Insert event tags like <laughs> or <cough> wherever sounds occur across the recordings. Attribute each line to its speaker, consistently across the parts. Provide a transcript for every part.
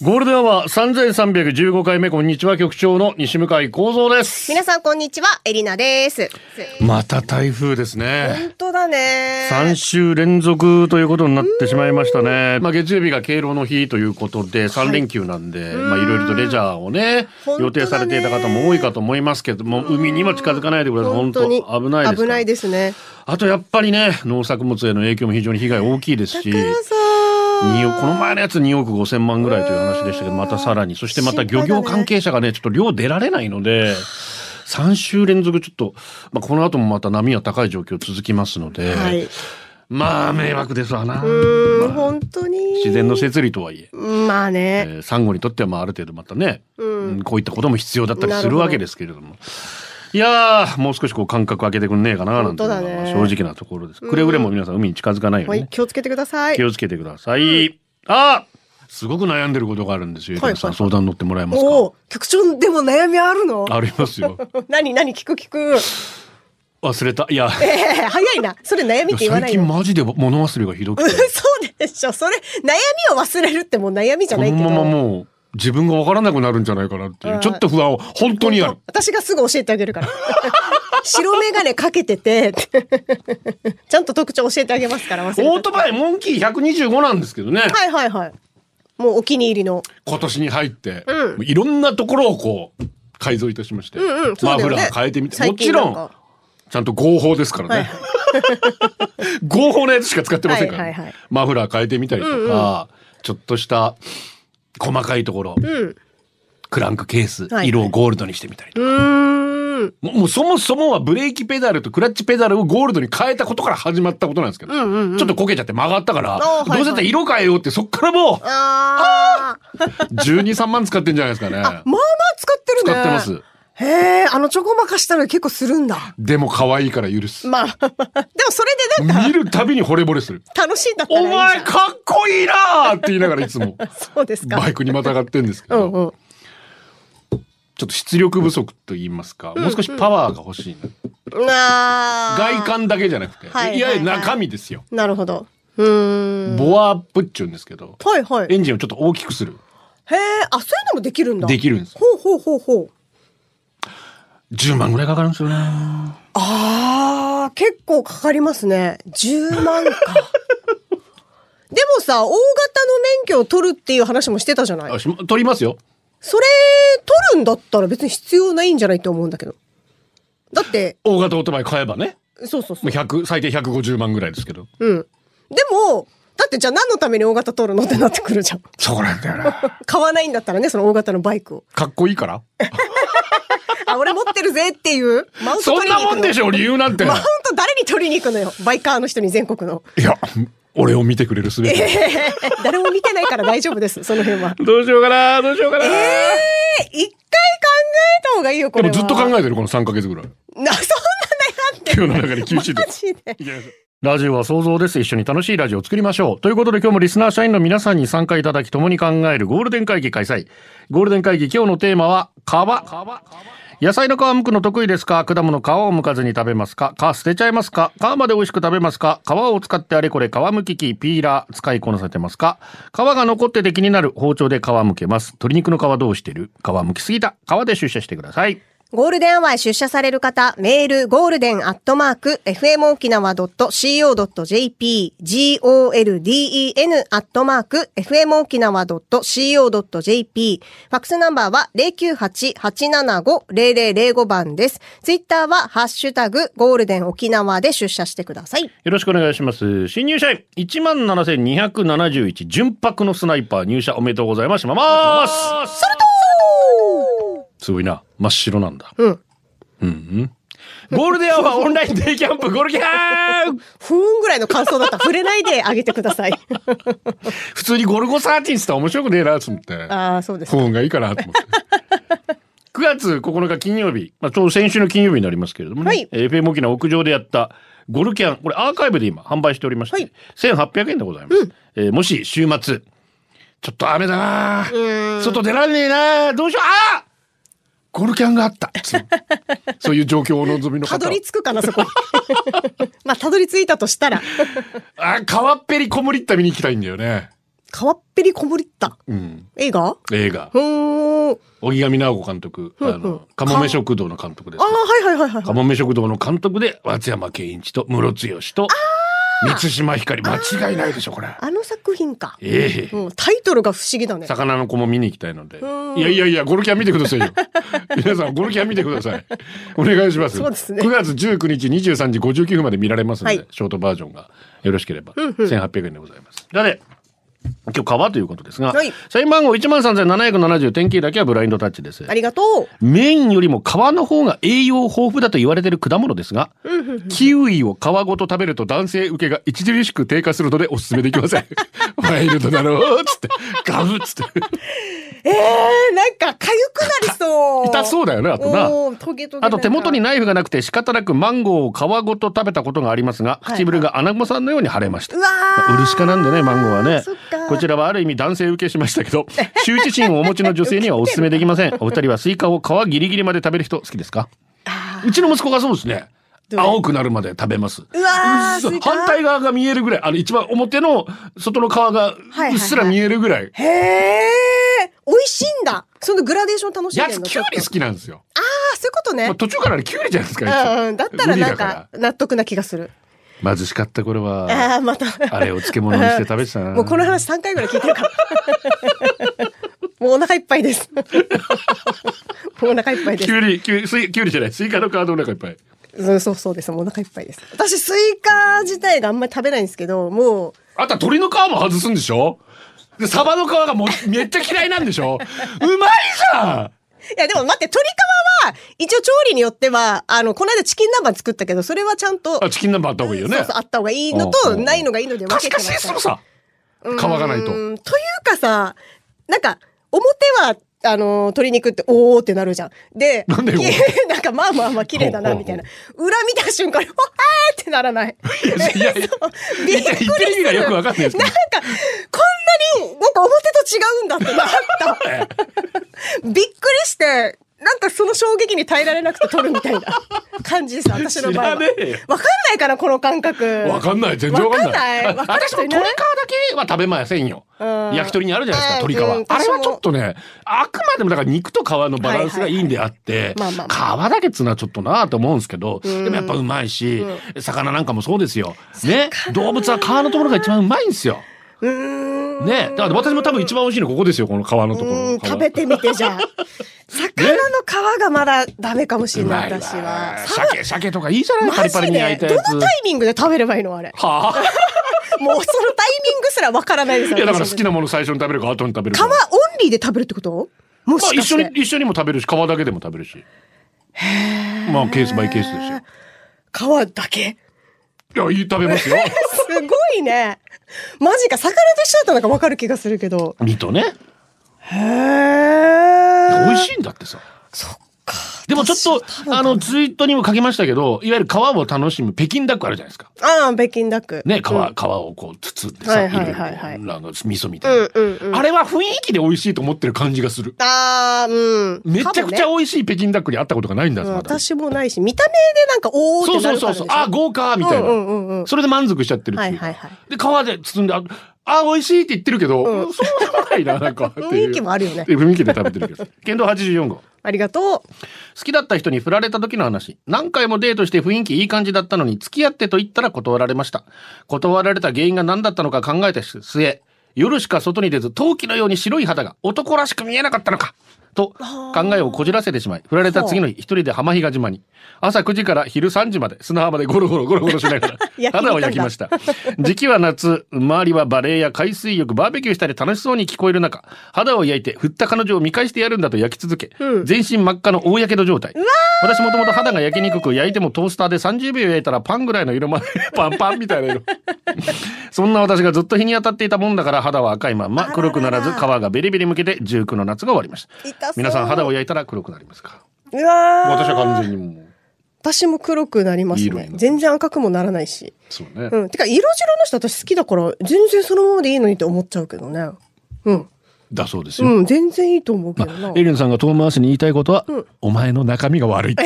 Speaker 1: ゴールデンは三千三百十五回目こんにちは局長の西向井光三です。
Speaker 2: 皆さんこんにちはエリナです
Speaker 1: また台風ですね。
Speaker 2: 本当だね
Speaker 1: 三週連続ということになってしまいましたね。まあ月曜日が敬老の日ということで三連休なんで、まあいろいろとレジャーをね
Speaker 2: 本当だね
Speaker 1: 予定されていた方も多いかと思いますけども海にも近づかないでください。本当危ないですから。
Speaker 2: 危ないですね
Speaker 1: あとやっぱりね農作物への影響も非常に被害大きいですし。
Speaker 2: さ
Speaker 1: 2億この前のやつ2億5千万ぐらいという話でしたけどまたさらにそしてまた漁業関係者がねちょっと漁出られないの
Speaker 2: <sighs>
Speaker 1: で3週連続ちょっと、まあ、この後もまた波は高い状況続きますので、
Speaker 2: はい
Speaker 1: まあ迷惑ですわな、
Speaker 2: うーん
Speaker 1: まあ
Speaker 2: 本当に
Speaker 1: 自然の摂理とはいえ。
Speaker 2: まあ
Speaker 1: え
Speaker 2: ね、
Speaker 1: ー、サンゴにとってはまあある程度またね、うんこういったことも必要だったり
Speaker 2: なる
Speaker 1: す
Speaker 2: ほど
Speaker 1: るわけですけれどもいやーもう少しこう間隔空けてくんねえかななんていうのが
Speaker 2: 本当だね
Speaker 1: 正直なところです、くれぐれも皆さん海に近づかないよう
Speaker 2: は
Speaker 1: に、
Speaker 2: い
Speaker 1: ね、
Speaker 2: 気をつけてください
Speaker 1: 気をつけてください。あすごく悩んでることがあるんですよ。
Speaker 2: はい
Speaker 1: ゆうさん
Speaker 2: はい
Speaker 1: 相談乗ってもらえますか
Speaker 2: おお局長でも悩みあるの
Speaker 1: ありますよ。
Speaker 2: 何何聞く聞く、
Speaker 1: <laughs> 忘れた。いや、
Speaker 2: えー早いなそれ悩みって言わな
Speaker 1: 最
Speaker 2: いよ <laughs>
Speaker 1: 近マジで物忘れがひどくて、
Speaker 2: そうでしょそれ悩みを忘れるってもう悩みじゃ
Speaker 1: こ
Speaker 2: ない
Speaker 1: の
Speaker 2: けど
Speaker 1: ままもう自分がわからなくなるんじゃないかなっていう、ちょっと不安を本当にある。
Speaker 2: 私がすぐ教えてあげるから <laughs> 白眼鏡かけてて <laughs> ちゃんと特徴教えてあげますから忘れた
Speaker 1: オートバイモンキー125なんですけどね、
Speaker 2: はいはいはいもうお気に入りの
Speaker 1: 今年に入って、いろんなところをこう改造いたしまして、
Speaker 2: うんうんそう
Speaker 1: マ
Speaker 2: だよね
Speaker 1: フラー変えてみて、
Speaker 2: 最
Speaker 1: もち
Speaker 2: 近
Speaker 1: ろ
Speaker 2: なん
Speaker 1: ん
Speaker 2: か
Speaker 1: ちゃんと合法ですからね。
Speaker 2: はいは
Speaker 1: <laughs> 合法のやつしか使ってませんからね、
Speaker 2: はいはいはい
Speaker 1: マフラー変えてみたりとか、ちょっとした細かいところ、
Speaker 2: ん
Speaker 1: クランクケース、
Speaker 2: いはい
Speaker 1: 色をゴールドにしてみたりと
Speaker 2: う
Speaker 1: か、
Speaker 2: ーん
Speaker 1: もうもうそもそもはブレーキペダルとクラッチペダルをゴールドに変えたことから始まったことなんですけど、ちょっとこけちゃって曲がったから、
Speaker 2: あーはいはい
Speaker 1: どうせだったら色変えようってそっからもう
Speaker 2: あー
Speaker 1: <laughs> 12、3万使ってんじゃないですかね。
Speaker 2: あまあまあ使ってるね
Speaker 1: 使ってます。
Speaker 2: へえあのちょこまかしたの結構するんだ
Speaker 1: でも可愛いから許す。
Speaker 2: まあでもそれでなんか
Speaker 1: 見るたびに惚れ惚れ
Speaker 2: <laughs>
Speaker 1: する。
Speaker 2: 楽しいんだったらい
Speaker 1: お
Speaker 2: いじゃん
Speaker 1: 前かっこいいなーって言いながらいつも
Speaker 2: そうですか
Speaker 1: バイクにまたがってんですけ
Speaker 2: う
Speaker 1: ど、
Speaker 2: んうん
Speaker 1: ちょっと出力不足と言いますか、もう少しパワーが欲しいな。
Speaker 2: な
Speaker 1: 外観だけじゃなくて、
Speaker 2: はい
Speaker 1: い
Speaker 2: はいはい
Speaker 1: や中身ですよ。
Speaker 2: なるほどうーん
Speaker 1: ボアアップって言うんですけど、
Speaker 2: はいはい
Speaker 1: エ
Speaker 2: へえ
Speaker 1: ンジンをちょっと大きくする。
Speaker 2: あそういうのもできるんだ
Speaker 1: できるんです。
Speaker 2: ほうほうほうほう
Speaker 1: 10万ぐらいかかるんですよね。
Speaker 2: あー結構かかりますね10万か <laughs> でもさ大型の免許を取るっていう話もしてたじゃない
Speaker 1: あし取りますよ。
Speaker 2: それ取るんだったら別に必要ないんじゃないと思うんだけど。だって、
Speaker 1: 大型オートバイ買えばね、
Speaker 2: そうそうそ
Speaker 1: も
Speaker 2: う
Speaker 1: う。100、最低150万ぐらいですけど。
Speaker 2: うん。でも、だってじゃあ何のために大型取るのってなってくるじゃん。 <laughs>
Speaker 1: そうなんだよな。
Speaker 2: 買わないんだったらね、その大型のバイクを。
Speaker 1: かっこいいから。
Speaker 2: あ、俺持ってるぜっていう。マウント
Speaker 1: そ
Speaker 2: 取
Speaker 1: ん
Speaker 2: りに
Speaker 1: な
Speaker 2: 行
Speaker 1: も
Speaker 2: くの
Speaker 1: んでしょ、理由なんて。
Speaker 2: マウント誰に取りに行くのよ。バイカーの人に全国の。
Speaker 1: いや、俺を見てくれるすべて。
Speaker 2: <laughs> 誰も見てないから大丈夫です、その辺は。
Speaker 1: どうしようかな、どうしようかな。
Speaker 2: え、一回考えた方がいいよ、こ
Speaker 1: で
Speaker 2: れ
Speaker 1: も
Speaker 2: は。
Speaker 1: ずっと考
Speaker 2: え
Speaker 1: えてる、この3ヶ月ぐらい。
Speaker 2: <laughs> な、そんな悩んでる
Speaker 1: 今日の中で厳しいで
Speaker 2: マ
Speaker 1: す。
Speaker 2: ジで。
Speaker 1: ラジオは想像です。一緒に楽しいラジオを作りましょう。ということで今日もリスナー社員の皆さんに参加いただき共に考えるゴールデン会議開催。ゴールデン会議今日のテーマは皮。野菜の皮むくの得意ですか果物の皮をむかずに食べますか皮捨てちゃいますか皮まで美味しく食べますか皮を使ってあれこれ皮むき器、ピーラー使いこなせてますか皮が残ってて気になる包丁で皮むけます。鶏肉の皮どうしてる皮むきすぎた。皮で出社してください。
Speaker 2: ゴールデンアワーへ出社される方、メール、ゴールデンアットマーク、fmokinawa.co.jp、golden アットマーク、fmokinawa.co.jp、ファックスナンバーは098-875-0005番です。ツイッターは、ハッシュタグ、ゴールデン沖縄で出社してください。
Speaker 1: よろしくお願いします。新入社員、17,271、純白のスナイパー入社おめでとうございます。します。すごいな。真っ白なんだ。
Speaker 2: う
Speaker 1: う
Speaker 2: ん。
Speaker 1: んうん。ゴールデンアワーオンラインデイキャンプ、ゴールキャン
Speaker 2: ふーんぐらいの感想だったら触れないであげてくだ
Speaker 1: <laughs>
Speaker 2: さい。
Speaker 1: 普通にゴルゴ13って言ったら面白くねえな、つって。
Speaker 2: ああ、そうです
Speaker 1: 不
Speaker 2: か。 <laughs>
Speaker 1: 運がいいかな、と思って。 9月9日金曜日、まあ、ちょうど先週の金曜日になりますけれどもね、
Speaker 2: はい
Speaker 1: えー FM 沖縄屋上でやったゴルキャン、これアーカイブで今販売しておりまして、
Speaker 2: はい
Speaker 1: 1800円でございます。えーもし週末、ちょっと雨だなあ外出られねえなあどうしようああゴルキャンがあった。
Speaker 2: <laughs>
Speaker 1: そういう状況をお望みの
Speaker 2: た
Speaker 1: 方
Speaker 2: ど
Speaker 1: は
Speaker 2: り着くかな、そこに。 <laughs> まあ、たどり着いたとしたら、
Speaker 1: あ、川っぺりこむりった見に行きたいんだよね。
Speaker 2: 川っぺりこもりった
Speaker 1: うん。
Speaker 2: 映画
Speaker 1: 映画。
Speaker 2: うーん。
Speaker 1: 小木上直子監督、あ
Speaker 2: うんうん
Speaker 1: の、かもめ食堂の監督です
Speaker 2: ああ、
Speaker 1: ね。
Speaker 2: はいはいはいはい
Speaker 1: か
Speaker 2: はい。
Speaker 1: もめ食堂の監督で、松山健一と室剛と、満島ひかり、間違いないでしょ、これ。
Speaker 2: あの作品か。
Speaker 1: ええ
Speaker 2: うん、タイトルが不思議だね。
Speaker 1: 魚の子も見に行きたいので。
Speaker 2: うん
Speaker 1: いやいやいや、ゴルキャン見てください
Speaker 2: <laughs>
Speaker 1: よ。皆さん、ゴルキャン見てください。お願いします。
Speaker 2: そうですね
Speaker 1: 9月19日23時59分まで見られますので、
Speaker 2: はい
Speaker 1: ショートバージョンがよろしければ、
Speaker 2: うんうん
Speaker 1: 1800円でございます。なので、今日川ということですが、
Speaker 2: はい
Speaker 1: 社員番号13,770点キーだけはブラインドタッチです。
Speaker 2: ありがとう。
Speaker 1: メインよりも皮の方が栄養豊富だと言われている果物ですが、キウイを皮ごと食べると男性受けが著しく低下するのでおすすめでき
Speaker 2: <laughs>
Speaker 1: ません。ワイルドだろうっつって、ガブっつって。
Speaker 2: ええー、なんか痒くなりそう。
Speaker 1: 痛そうだよね、あとな。
Speaker 2: おートゲトゲ
Speaker 1: あと手元に
Speaker 2: な
Speaker 1: ナイフがなくて仕方なくマンゴーを皮ごと食べたことがありますが、
Speaker 2: はい
Speaker 1: 唇が穴子さんのように腫れました。
Speaker 2: うわー
Speaker 1: ウルシカなんでね、マンゴーはね
Speaker 2: そっか。
Speaker 1: こちらはある意味男性受けしました
Speaker 2: <laughs>
Speaker 1: けど、羞恥心をお持ちの女性にはお勧めできません。お二人はスイカを皮ギリギリまで食べる人好きですかうちの息子がそうですね。
Speaker 2: どう
Speaker 1: 青くなるまで食べます。
Speaker 2: うわー
Speaker 1: うっ
Speaker 2: ス
Speaker 1: そ
Speaker 2: イカ
Speaker 1: 反対側が見えるぐらい、あの一番表の外の皮が
Speaker 2: はいはいう
Speaker 1: っすら見えるぐらい。
Speaker 2: へえ美味しいんだそのグラデーション楽しん
Speaker 1: や
Speaker 2: で
Speaker 1: つ
Speaker 2: んの
Speaker 1: きゅうり好
Speaker 2: ちょっと
Speaker 1: きなんですよ。
Speaker 2: あそういうことね、
Speaker 1: まあ途中からあれきゅうりじゃないですか。いつ
Speaker 2: うんうんだったらなんか。納得な気がする
Speaker 1: 無理だら貧しかった頃は、
Speaker 2: ああーまた
Speaker 1: あれを漬物にして食べてたな。
Speaker 2: もうこの話3回ぐらい聞いてるからもうお腹いっぱいですもうお腹いっぱいで
Speaker 1: き
Speaker 2: す
Speaker 1: ゅうり、きゅうり、スイきゅうりじゃない、スイカの皮の中いっぱい。
Speaker 2: うんそうそうですもうお腹いっぱいです私スイカ自体があんまり食べないんですけどもう
Speaker 1: あとは鳥の皮も外すんでしょで、サバの皮がもうめっちゃ嫌いなんでしょうまいじゃん
Speaker 2: いや、でも待って、鶏皮は、一応調理によっては、あの、この間チキン南蛮作ったけど、それはちゃんと、
Speaker 1: あ、チキン南蛮あった方がいいよね。
Speaker 2: そうそうあった方がいいのと、
Speaker 1: うんうん
Speaker 2: ないのがいいので分
Speaker 1: カシ
Speaker 2: けて
Speaker 1: カ
Speaker 2: もら
Speaker 1: シ
Speaker 2: ったら
Speaker 1: するさ。皮がないと
Speaker 2: う。んというかさ、なんか、表は、あの、鶏肉って、おーってなるじゃん。で、
Speaker 1: なんでよ
Speaker 2: いやなんか、まあまあまあ、綺麗だな、
Speaker 1: ほうほうほう
Speaker 2: みたいな。裏見た瞬間に、おはーってならない。
Speaker 1: いやいやいや
Speaker 2: そうびっくりす
Speaker 1: 言ってる意味がよくわかんないですけど
Speaker 2: なんか、こんなに、なんか表と違うんだってなった。びっくりして、なんかその衝撃に耐えられなくて撮るみたいな感じです、私の場合は。
Speaker 1: 知らねえよ
Speaker 2: わかんないかな、この感覚。
Speaker 1: わかんない、全然わかんない。
Speaker 2: わかんないわか
Speaker 1: <laughs>
Speaker 2: る
Speaker 1: 私も
Speaker 2: 人
Speaker 1: 鶏
Speaker 2: い
Speaker 1: 皮
Speaker 2: ない
Speaker 1: だけは食べませんよ。
Speaker 2: うん
Speaker 1: 焼き鳥にあるじゃないですか、
Speaker 2: うん
Speaker 1: 鶏皮。
Speaker 2: うん
Speaker 1: あれ
Speaker 2: 私
Speaker 1: は
Speaker 2: も
Speaker 1: ちょっとね、あくまでもだから肉と皮のバランスがいいんであって、
Speaker 2: はいはいはいまあま
Speaker 1: 皮だけっつうのはちょっとなぁと思うんですけど、でもやっぱうまいし、魚なんかもそうですよ。ね、動物は皮のところが一番うまいんですよ。
Speaker 2: うーん。
Speaker 1: ね、だから私も多分一番美味しいのここですよ、この皮のとこ
Speaker 2: う
Speaker 1: ろ
Speaker 2: ん。食べてみてじゃ
Speaker 1: <laughs>
Speaker 2: あ魚の皮がまだダメかもし
Speaker 1: う
Speaker 2: れ
Speaker 1: ま
Speaker 2: ない
Speaker 1: い
Speaker 2: 私は
Speaker 1: わ。
Speaker 2: さ
Speaker 1: 鮭、鮭とかいいじゃないパ
Speaker 2: マ
Speaker 1: リパリ
Speaker 2: ジ
Speaker 1: に焼い
Speaker 2: で
Speaker 1: た
Speaker 2: ど
Speaker 1: やつ。
Speaker 2: のタイミングで食べればいいのあれ
Speaker 1: はあ
Speaker 2: もうそのタイミングすらわからないです
Speaker 1: いやだから好きな
Speaker 2: な
Speaker 1: もの最初に食べるか後に食べる
Speaker 2: 皮オ
Speaker 1: か。
Speaker 2: ンリーで食べるってことも
Speaker 1: まあ
Speaker 2: しか
Speaker 1: 一
Speaker 2: して
Speaker 1: 緒に一緒にも食べるし皮だけでも食べるし。まあケースバイケースです
Speaker 2: 皮だけ
Speaker 1: よ。いやいい食べますよ。
Speaker 2: <laughs> すごいねマジか魚と一緒だったのかわかる気がするけど
Speaker 1: 身とね
Speaker 2: へえ
Speaker 1: 美味しいんだってさ。でもちょっとあのツイートにも書きましたけどいわゆる皮を楽しむ北京ダックあるじゃないですか。
Speaker 2: ああ北京ダック
Speaker 1: ね皮、
Speaker 2: うん
Speaker 1: 皮をこう包んで
Speaker 2: は
Speaker 1: さ
Speaker 2: い
Speaker 1: いろ
Speaker 2: はいい
Speaker 1: ろこ
Speaker 2: はいはいう
Speaker 1: あの味噌みたいな、
Speaker 2: うんうんうん
Speaker 1: あれは雰囲気で美味しいと思ってる感じがする。
Speaker 2: ああうん
Speaker 1: めちゃくちゃ美味しい北京ダックに会ったことがないんだ
Speaker 2: うん
Speaker 1: まだ。
Speaker 2: 私もないし、見た目でなんか、おーっ
Speaker 1: そ
Speaker 2: て
Speaker 1: う
Speaker 2: な
Speaker 1: そうそう
Speaker 2: るからでし
Speaker 1: そ
Speaker 2: ょ
Speaker 1: う。あー豪華みたいな、
Speaker 2: うんうんうんうん
Speaker 1: それで満足しちゃってるっていうか。
Speaker 2: はいはいは
Speaker 1: で皮で包んでああー美味しいって言ってるけど、そうでもないななんか
Speaker 2: <laughs>
Speaker 1: っていう
Speaker 2: 雰囲気もあるよね
Speaker 1: 雰囲気で食べてるけど。剣道84号。
Speaker 2: ありがとう。
Speaker 1: 好きだった人に振られた時の話。何回もデートして雰囲気いい感じだったのに、付き合ってと言ったら断られました。断られた原因が何だったのか考えた末、夜しか外に出ず、陶器のように白い肌が男らしく見えなかったのかと考えをこじらせてしまい、振られた次の日、一人で浜比嘉島に、朝9時から昼3時まで砂浜でゴロゴロゴロゴロしながら
Speaker 2: 焼き肉なん、だ
Speaker 1: 肌を焼きました。時期は夏、周りはバレエや海水浴、バーベキューしたり楽しそうに聞こえる中、肌を焼いて振った彼女を見返してやるんだと焼き続け、
Speaker 2: うん
Speaker 1: 全身真っ赤の大やけど状態。私もともと肌が焼きにくく、焼いてもトースターで30秒焼いたらパンぐらいの色まで、パンパンみたいな色。そんな私がずっと日に当たっていたもんだから肌は赤いまん
Speaker 2: あら
Speaker 1: ま
Speaker 2: ら
Speaker 1: 黒くならず皮がベリベリむけて19の夏が終わりました
Speaker 2: 痛そう
Speaker 1: 皆さん肌を焼いたら黒くなりますか
Speaker 2: うわー
Speaker 1: 私は完全にもう
Speaker 2: 私も黒くなります
Speaker 1: いい色にな
Speaker 2: ね
Speaker 1: る
Speaker 2: 全然赤くもならないし
Speaker 1: そうね、
Speaker 2: うんてか色白の人私好きだから全然そのままでいいのにって思っちゃうけどねうん
Speaker 1: だそうですよ、
Speaker 2: うん全然いいと思うけどな、
Speaker 1: エリンさんが遠回しに言いたいことは、
Speaker 2: ん
Speaker 1: お前の中身が悪いって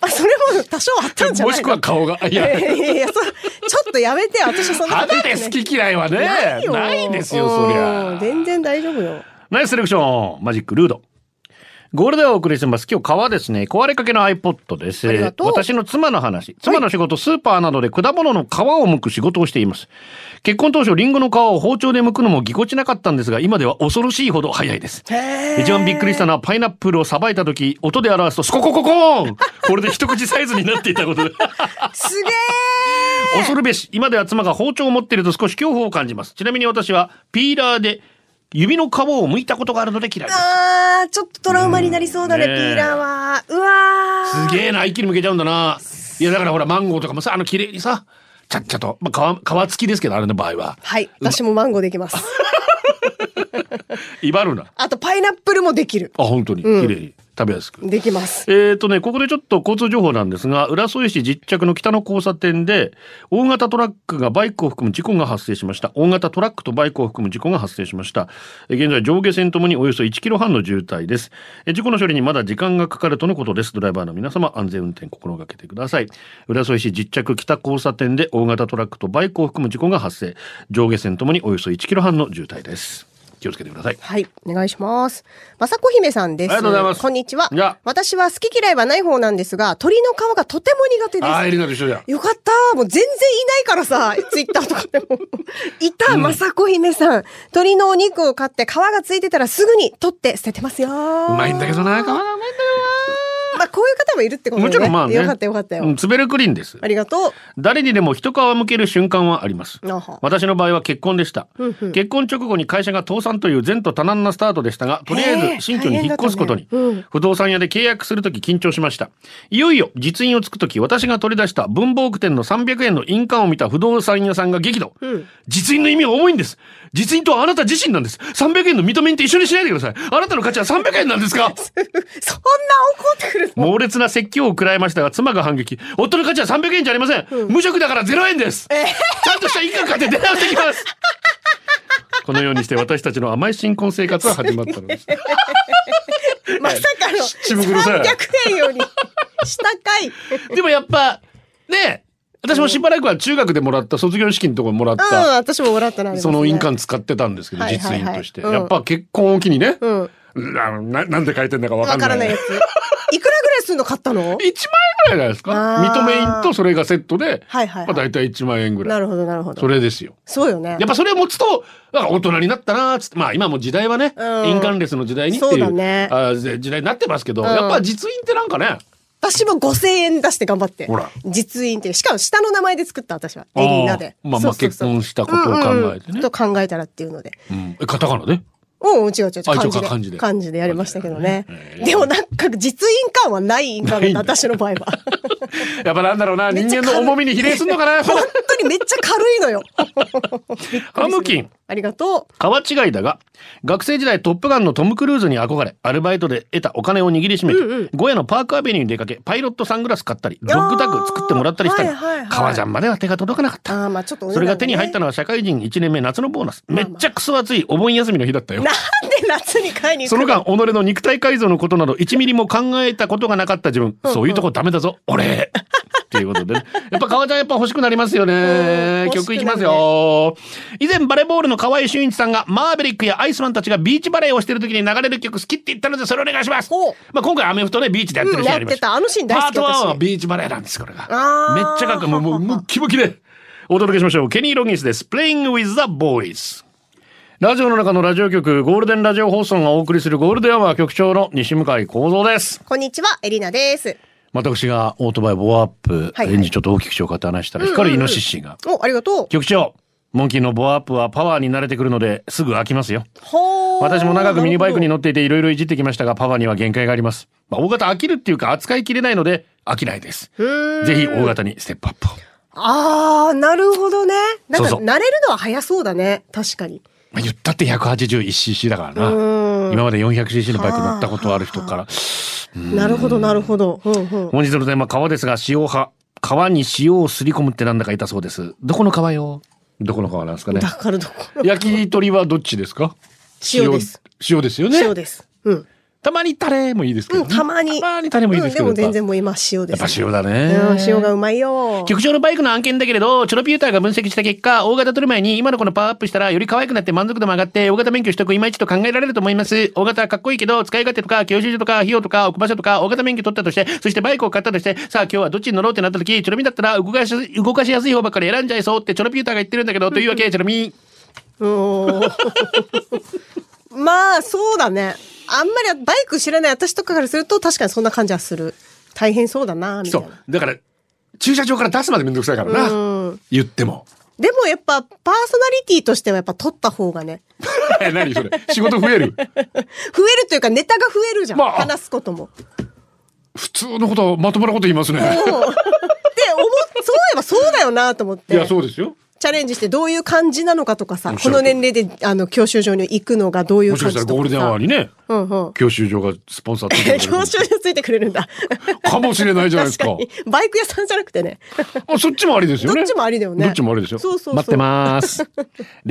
Speaker 2: あそれも多少あったんじゃ
Speaker 1: も
Speaker 2: ない
Speaker 1: し
Speaker 2: の
Speaker 1: くは顔がい
Speaker 2: いや
Speaker 1: や
Speaker 2: いやいやそうちょっとやめてよ私はそんなこと
Speaker 1: 肌
Speaker 2: 言って
Speaker 1: で
Speaker 2: ない
Speaker 1: 好き嫌いはね
Speaker 2: ないよ
Speaker 1: ないですよそり
Speaker 2: うん
Speaker 1: ゃ
Speaker 2: 全然大丈夫よ
Speaker 1: ナイスセレクションマジックルードゴールデンをお送りしてます。今日川ですね。壊れかけの iPod です。
Speaker 2: ありがとう
Speaker 1: 私の妻の話。妻の仕事、スーパーなどで果物の皮を剥く仕事をしています。結婚当初、リンゴの皮を包丁で剥くのもぎこちなかったんですが、今では恐ろしいほど早いです。一番びっくりしたのはパイナップルをさばいた時、音で表すとスココココーンこれで一口サイズになっていた
Speaker 2: <laughs>
Speaker 1: ことで。
Speaker 2: すげ
Speaker 1: 恐るべし今では妻が包丁を持っていると少し恐怖を感じますちなみに私はピーラーで指の皮を剥いたことがあるので嫌いです
Speaker 2: あーちょっとトラウマになりそうだね
Speaker 1: ねえ
Speaker 2: ピーラーはうわー
Speaker 1: すげえな一気に剥けちゃうんだないやだからほらマンゴーとかもさあの綺麗にさちゃっちゃと、まあ、皮皮付きですけどあれの場合は
Speaker 2: はい私もマンゴーで
Speaker 1: <laughs>
Speaker 2: きます
Speaker 1: 威張るなあ
Speaker 2: あとパイナップルもできる
Speaker 1: 本当に
Speaker 2: うん
Speaker 1: 綺麗に食べやすく、
Speaker 2: できます
Speaker 1: えーとね、ここでちょっと交通情報なんですが、浦添市実着の北の交差点で、大型トラックがバイクを含む事故が発生しました。大型トラックとバイクを含む事故が発生しました。えー現在上下線ともにおよそ1キロ半の渋滞です。えー事故の処理にまだ時間がかかるとのことです。ドライバーの皆様、安全運転心がけてください。浦添市実着北交差点で大型トラックとバイクを含む事故が発生。上下線ともにおよそ1キロ半の渋滞です。気をつけてください。
Speaker 2: はい、お願いします。まさこ姫さんです。
Speaker 1: ありがとうございます
Speaker 2: こんにちは
Speaker 1: じゃあ。
Speaker 2: 私は好き嫌いはない方なんですが、鳥の皮がとても苦手で
Speaker 1: あー、エリ
Speaker 2: す。
Speaker 1: ナと一緒じゃん。
Speaker 2: よかった。もう全然いないからさ、 <laughs> ツイッターとかでも。いた、まさこ姫さん。鳥のお肉を買って皮がついてたらすぐに取って捨ててますよ。う
Speaker 1: うまいんだけどな、皮がうまいんだけどな。
Speaker 2: まあ、こういう方もいるってこと
Speaker 1: <laughs>
Speaker 2: ね。
Speaker 1: もちろんまあね。
Speaker 2: よかったよかったよ。
Speaker 1: うん、滑るクリーンです
Speaker 2: あ。りがとう。
Speaker 1: 誰にでも一皮向ける瞬間はあります。
Speaker 2: あは
Speaker 1: 私の場合は結婚でした。
Speaker 2: うんうん
Speaker 1: 結婚直後に会社が倒産という前途多難なスタートでしたが、とりあ
Speaker 2: へ
Speaker 1: え
Speaker 2: え
Speaker 1: ず新居に引っ越すことに
Speaker 2: 大変だったねうん、
Speaker 1: 不動産屋で契約するとき緊張しました。いよいよ実印をつくとき、私が取り出した文房具店の300円の印鑑を見た不動産屋さんが激怒。
Speaker 2: うん
Speaker 1: 実印の意味が重いんです。実印とはあなた自身なんです。300円の認めんって一緒にしないでください。あなたの価値は300円なんですか
Speaker 2: <laughs> そんな怒ってくるの
Speaker 1: 猛烈な説教を食らいましたが妻が反撃夫の価値は300円じゃありません、無職だから0円です、ちゃんとした印鑑買って出直してきますこのようにして私たちの甘い新婚生活は始まったの
Speaker 2: <laughs>
Speaker 1: です
Speaker 2: まさかの
Speaker 1: 七袋さ
Speaker 2: 300
Speaker 1: <laughs>
Speaker 2: 円より下かい。
Speaker 1: でもやっぱねえ私もしばらくは中学でもらった卒業資金のとかもらっ
Speaker 2: うん、
Speaker 1: た、
Speaker 2: 私ももらったな。あります
Speaker 1: そ
Speaker 2: ね
Speaker 1: の印鑑使ってたんですけど、
Speaker 2: はいはい
Speaker 1: 実
Speaker 2: はい
Speaker 1: 印として、
Speaker 2: うん
Speaker 1: やっぱ結婚を機にね、
Speaker 2: うん。
Speaker 1: あのななんで書いてんだかわか
Speaker 2: わ
Speaker 1: ん
Speaker 2: か
Speaker 1: ない
Speaker 2: らないやつ。いくらぐらいすんの買ったの
Speaker 1: 1万円ぐらいじゃないですか
Speaker 2: あー
Speaker 1: 認め印とそれがセットで、
Speaker 2: はいはいはい
Speaker 1: まあ、大体1万円ぐら
Speaker 2: ないるほど、なるほど。
Speaker 1: それですよ
Speaker 2: そうよね
Speaker 1: やっ。ぱそれを持つと、なんか大人になったなーっつって、まあ今も時代はね、
Speaker 2: うん
Speaker 1: 印鑑レスの時代にっていう
Speaker 2: そうだね
Speaker 1: あーぜ時代になってますけど、
Speaker 2: うん
Speaker 1: やっぱ実印ってなんかね、
Speaker 2: 私も5000円出して頑張って。
Speaker 1: ほら
Speaker 2: 実印っていう。しかも下の名前で作った私は。エリーナで。
Speaker 1: あーまあま
Speaker 2: そ
Speaker 1: あ
Speaker 2: うそう
Speaker 1: 結
Speaker 2: そう
Speaker 1: 婚したことを考えて
Speaker 2: うんうん
Speaker 1: ね。
Speaker 2: と考えたらっていうので。
Speaker 1: うんえカタカナで <laughs>
Speaker 2: うん、違う違う違う。
Speaker 1: あ
Speaker 2: 漢
Speaker 1: 一
Speaker 2: 字
Speaker 1: 応
Speaker 2: で。
Speaker 1: か漢字で
Speaker 2: 漢字でやりましたけどね
Speaker 1: え。ー
Speaker 2: でもなんか実印感はない印鑑だった、私の場合は。
Speaker 1: やっぱなんだろうな、
Speaker 2: め
Speaker 1: 人
Speaker 2: っちゃ
Speaker 1: 間の重みに比例するのか
Speaker 2: <laughs>
Speaker 1: な。 <laughs>
Speaker 2: 本当にめっちゃ軽いのよ。
Speaker 1: ハムキン。
Speaker 2: ありがとう。
Speaker 1: 川違いだが、学生時代トップガンのトム・クルーズに憧れ、アルバイトで得たお金を握りしめて、ゴヤのパークアベニューに出かけ、パイロットサングラス買ったり、ドッグタグ作ってもらったりしたが、
Speaker 2: はいはいはい
Speaker 1: 革ジャンまでは手が届かなかった。
Speaker 2: ああ、まあちょっとお値
Speaker 1: それ
Speaker 2: 段ね
Speaker 1: が手に入ったのは社会人1年目夏のボーナス。めっちゃクソ暑いお盆休みの日だったよ
Speaker 2: な。んで夏に買いに行
Speaker 1: そ
Speaker 2: く
Speaker 1: の間、己の肉体改造のことなど1ミリも考えたことがなかった自分。そういうとこダメだぞ、俺。っていうことで、 <laughs> ね、やっぱ革ジャンやっぱ欲しくなりますよ
Speaker 2: う
Speaker 1: ね
Speaker 2: ん。
Speaker 1: 曲いきますよ。以前バレーボールの河合俊一さんがマーベリックやアイスマンたちがビーチバレーをしてる時に流れる曲好きって言ったのでそれお願いします
Speaker 2: ほう。
Speaker 1: まあ今回アメフトね、ビーチでやってるシーンありました。
Speaker 2: うんやってたあのシーン大好き
Speaker 1: パート1は
Speaker 2: 私
Speaker 1: ビーチバレーなんです、これが。
Speaker 2: あー
Speaker 1: めっちゃかっこいい。もう、もう、ムッキムキで。お届けしましょう。ケニー・ロギンスです。Playing with the Boys。ラジオの中のラジオ局、ゴールデンラジオ放送がお送りするゴールデンアワー局長の西向井幸三です。
Speaker 2: こんにちは、エリナです。
Speaker 1: 私がオートバイボアアップ、
Speaker 2: はいはい
Speaker 1: レンジちょっと大きくしようかって話したら、光るイノシシが。
Speaker 2: お、ありがとう。
Speaker 1: 局長、モンキーのボアアップはパワーに慣れてくるので、すぐ飽きますよ。
Speaker 2: ほー
Speaker 1: 私も長くミニバイクに乗っていていろいろいじってきましたが、パワーには限界があります。まあ、大型飽きるっていうか扱いきれないので、飽きないです。ぜひ大型にステップアップを。
Speaker 2: あー、なるほどね。なんか
Speaker 1: そうそう
Speaker 2: 慣れるのは早そうだね。確かに。
Speaker 1: まあ、言ったって 181cc だから
Speaker 2: う
Speaker 1: な。
Speaker 2: ん
Speaker 1: 今まで 400cc のバイク乗ったことある人から。
Speaker 2: なるほど、なるほど。うんうん。
Speaker 1: 本日のテーマ、川ですが、塩派。川に塩をすり込むってなんだか痛そうです。どこの川よどこの川なんですかね
Speaker 2: だ。からどこ
Speaker 1: 焼き鳥はどっちですか
Speaker 2: 塩です。
Speaker 1: 塩ですよね。
Speaker 2: 塩です。うん。
Speaker 1: たまにタレもいいですけど
Speaker 2: う
Speaker 1: ね、
Speaker 2: ん、たまに。
Speaker 1: たまにタレもいいですけど、
Speaker 2: うんでも全然
Speaker 1: やっ
Speaker 2: もう今塩です。
Speaker 1: ぱやっぱ塩だ
Speaker 2: うん、
Speaker 1: ね。
Speaker 2: 塩がうまいよ。
Speaker 1: 局長のバイクの案件だけれど、チョロピューターが分析した結果、大型取る前に今のこのパワーアップしたら、より可愛くなって満足度も上がって、大型免許取得いまいちと考えられると思います。大型はかっこいいけど、使い勝手とか、教習所とか、費用とか、置く場所とか、大型免許取ったとして、そしてバイクを買ったとして、さあ今日はどっちに乗ろうってなった時、チョロミだったら動かし、動かしやすい方ばっかり選んじゃいそうってチョロピューターが言ってるんだけど、というわけ、チョロミ。
Speaker 2: うーんまあ、そうだね。あんまりバイク知らない私とかからすると確かにそんな感じはする。大変そうだな、みたいな。。
Speaker 1: だから、駐車場から出すまでめんどくさいからな。言っても。 <laughs>
Speaker 2: でもやっぱパーソナリティとしてはやっぱ取った方がね、
Speaker 1: え、何それ仕事増える
Speaker 2: 増えるというかネタが増えるじゃん。
Speaker 1: まあ
Speaker 2: 話すことも。
Speaker 1: 普通のことまともなこと言いますね
Speaker 2: うんで、思っ、そういえばそうだよなと思って。
Speaker 1: うですよ
Speaker 2: チャレンジしてどういう感じなのかとかさ、
Speaker 1: 面
Speaker 2: こ
Speaker 1: 白い
Speaker 2: の年齢で、あの、教習所に行くのがどういう
Speaker 1: もしか
Speaker 2: 感
Speaker 1: し
Speaker 2: じ
Speaker 1: たら
Speaker 2: と
Speaker 1: ゴール
Speaker 2: かさ
Speaker 1: デンアワーにね
Speaker 2: うんうん。
Speaker 1: 教習所がスポンサーついてくれ
Speaker 2: <laughs> 教習所ついてくれるんだ。
Speaker 1: るかもしれないじゃないですか
Speaker 2: 確かにバイク屋さんじゃなくてね。
Speaker 1: あそっちもありですよね
Speaker 2: どっちもありだよね
Speaker 1: どっちもありですよ
Speaker 2: そうそうそう
Speaker 1: 待ってます
Speaker 2: <laughs>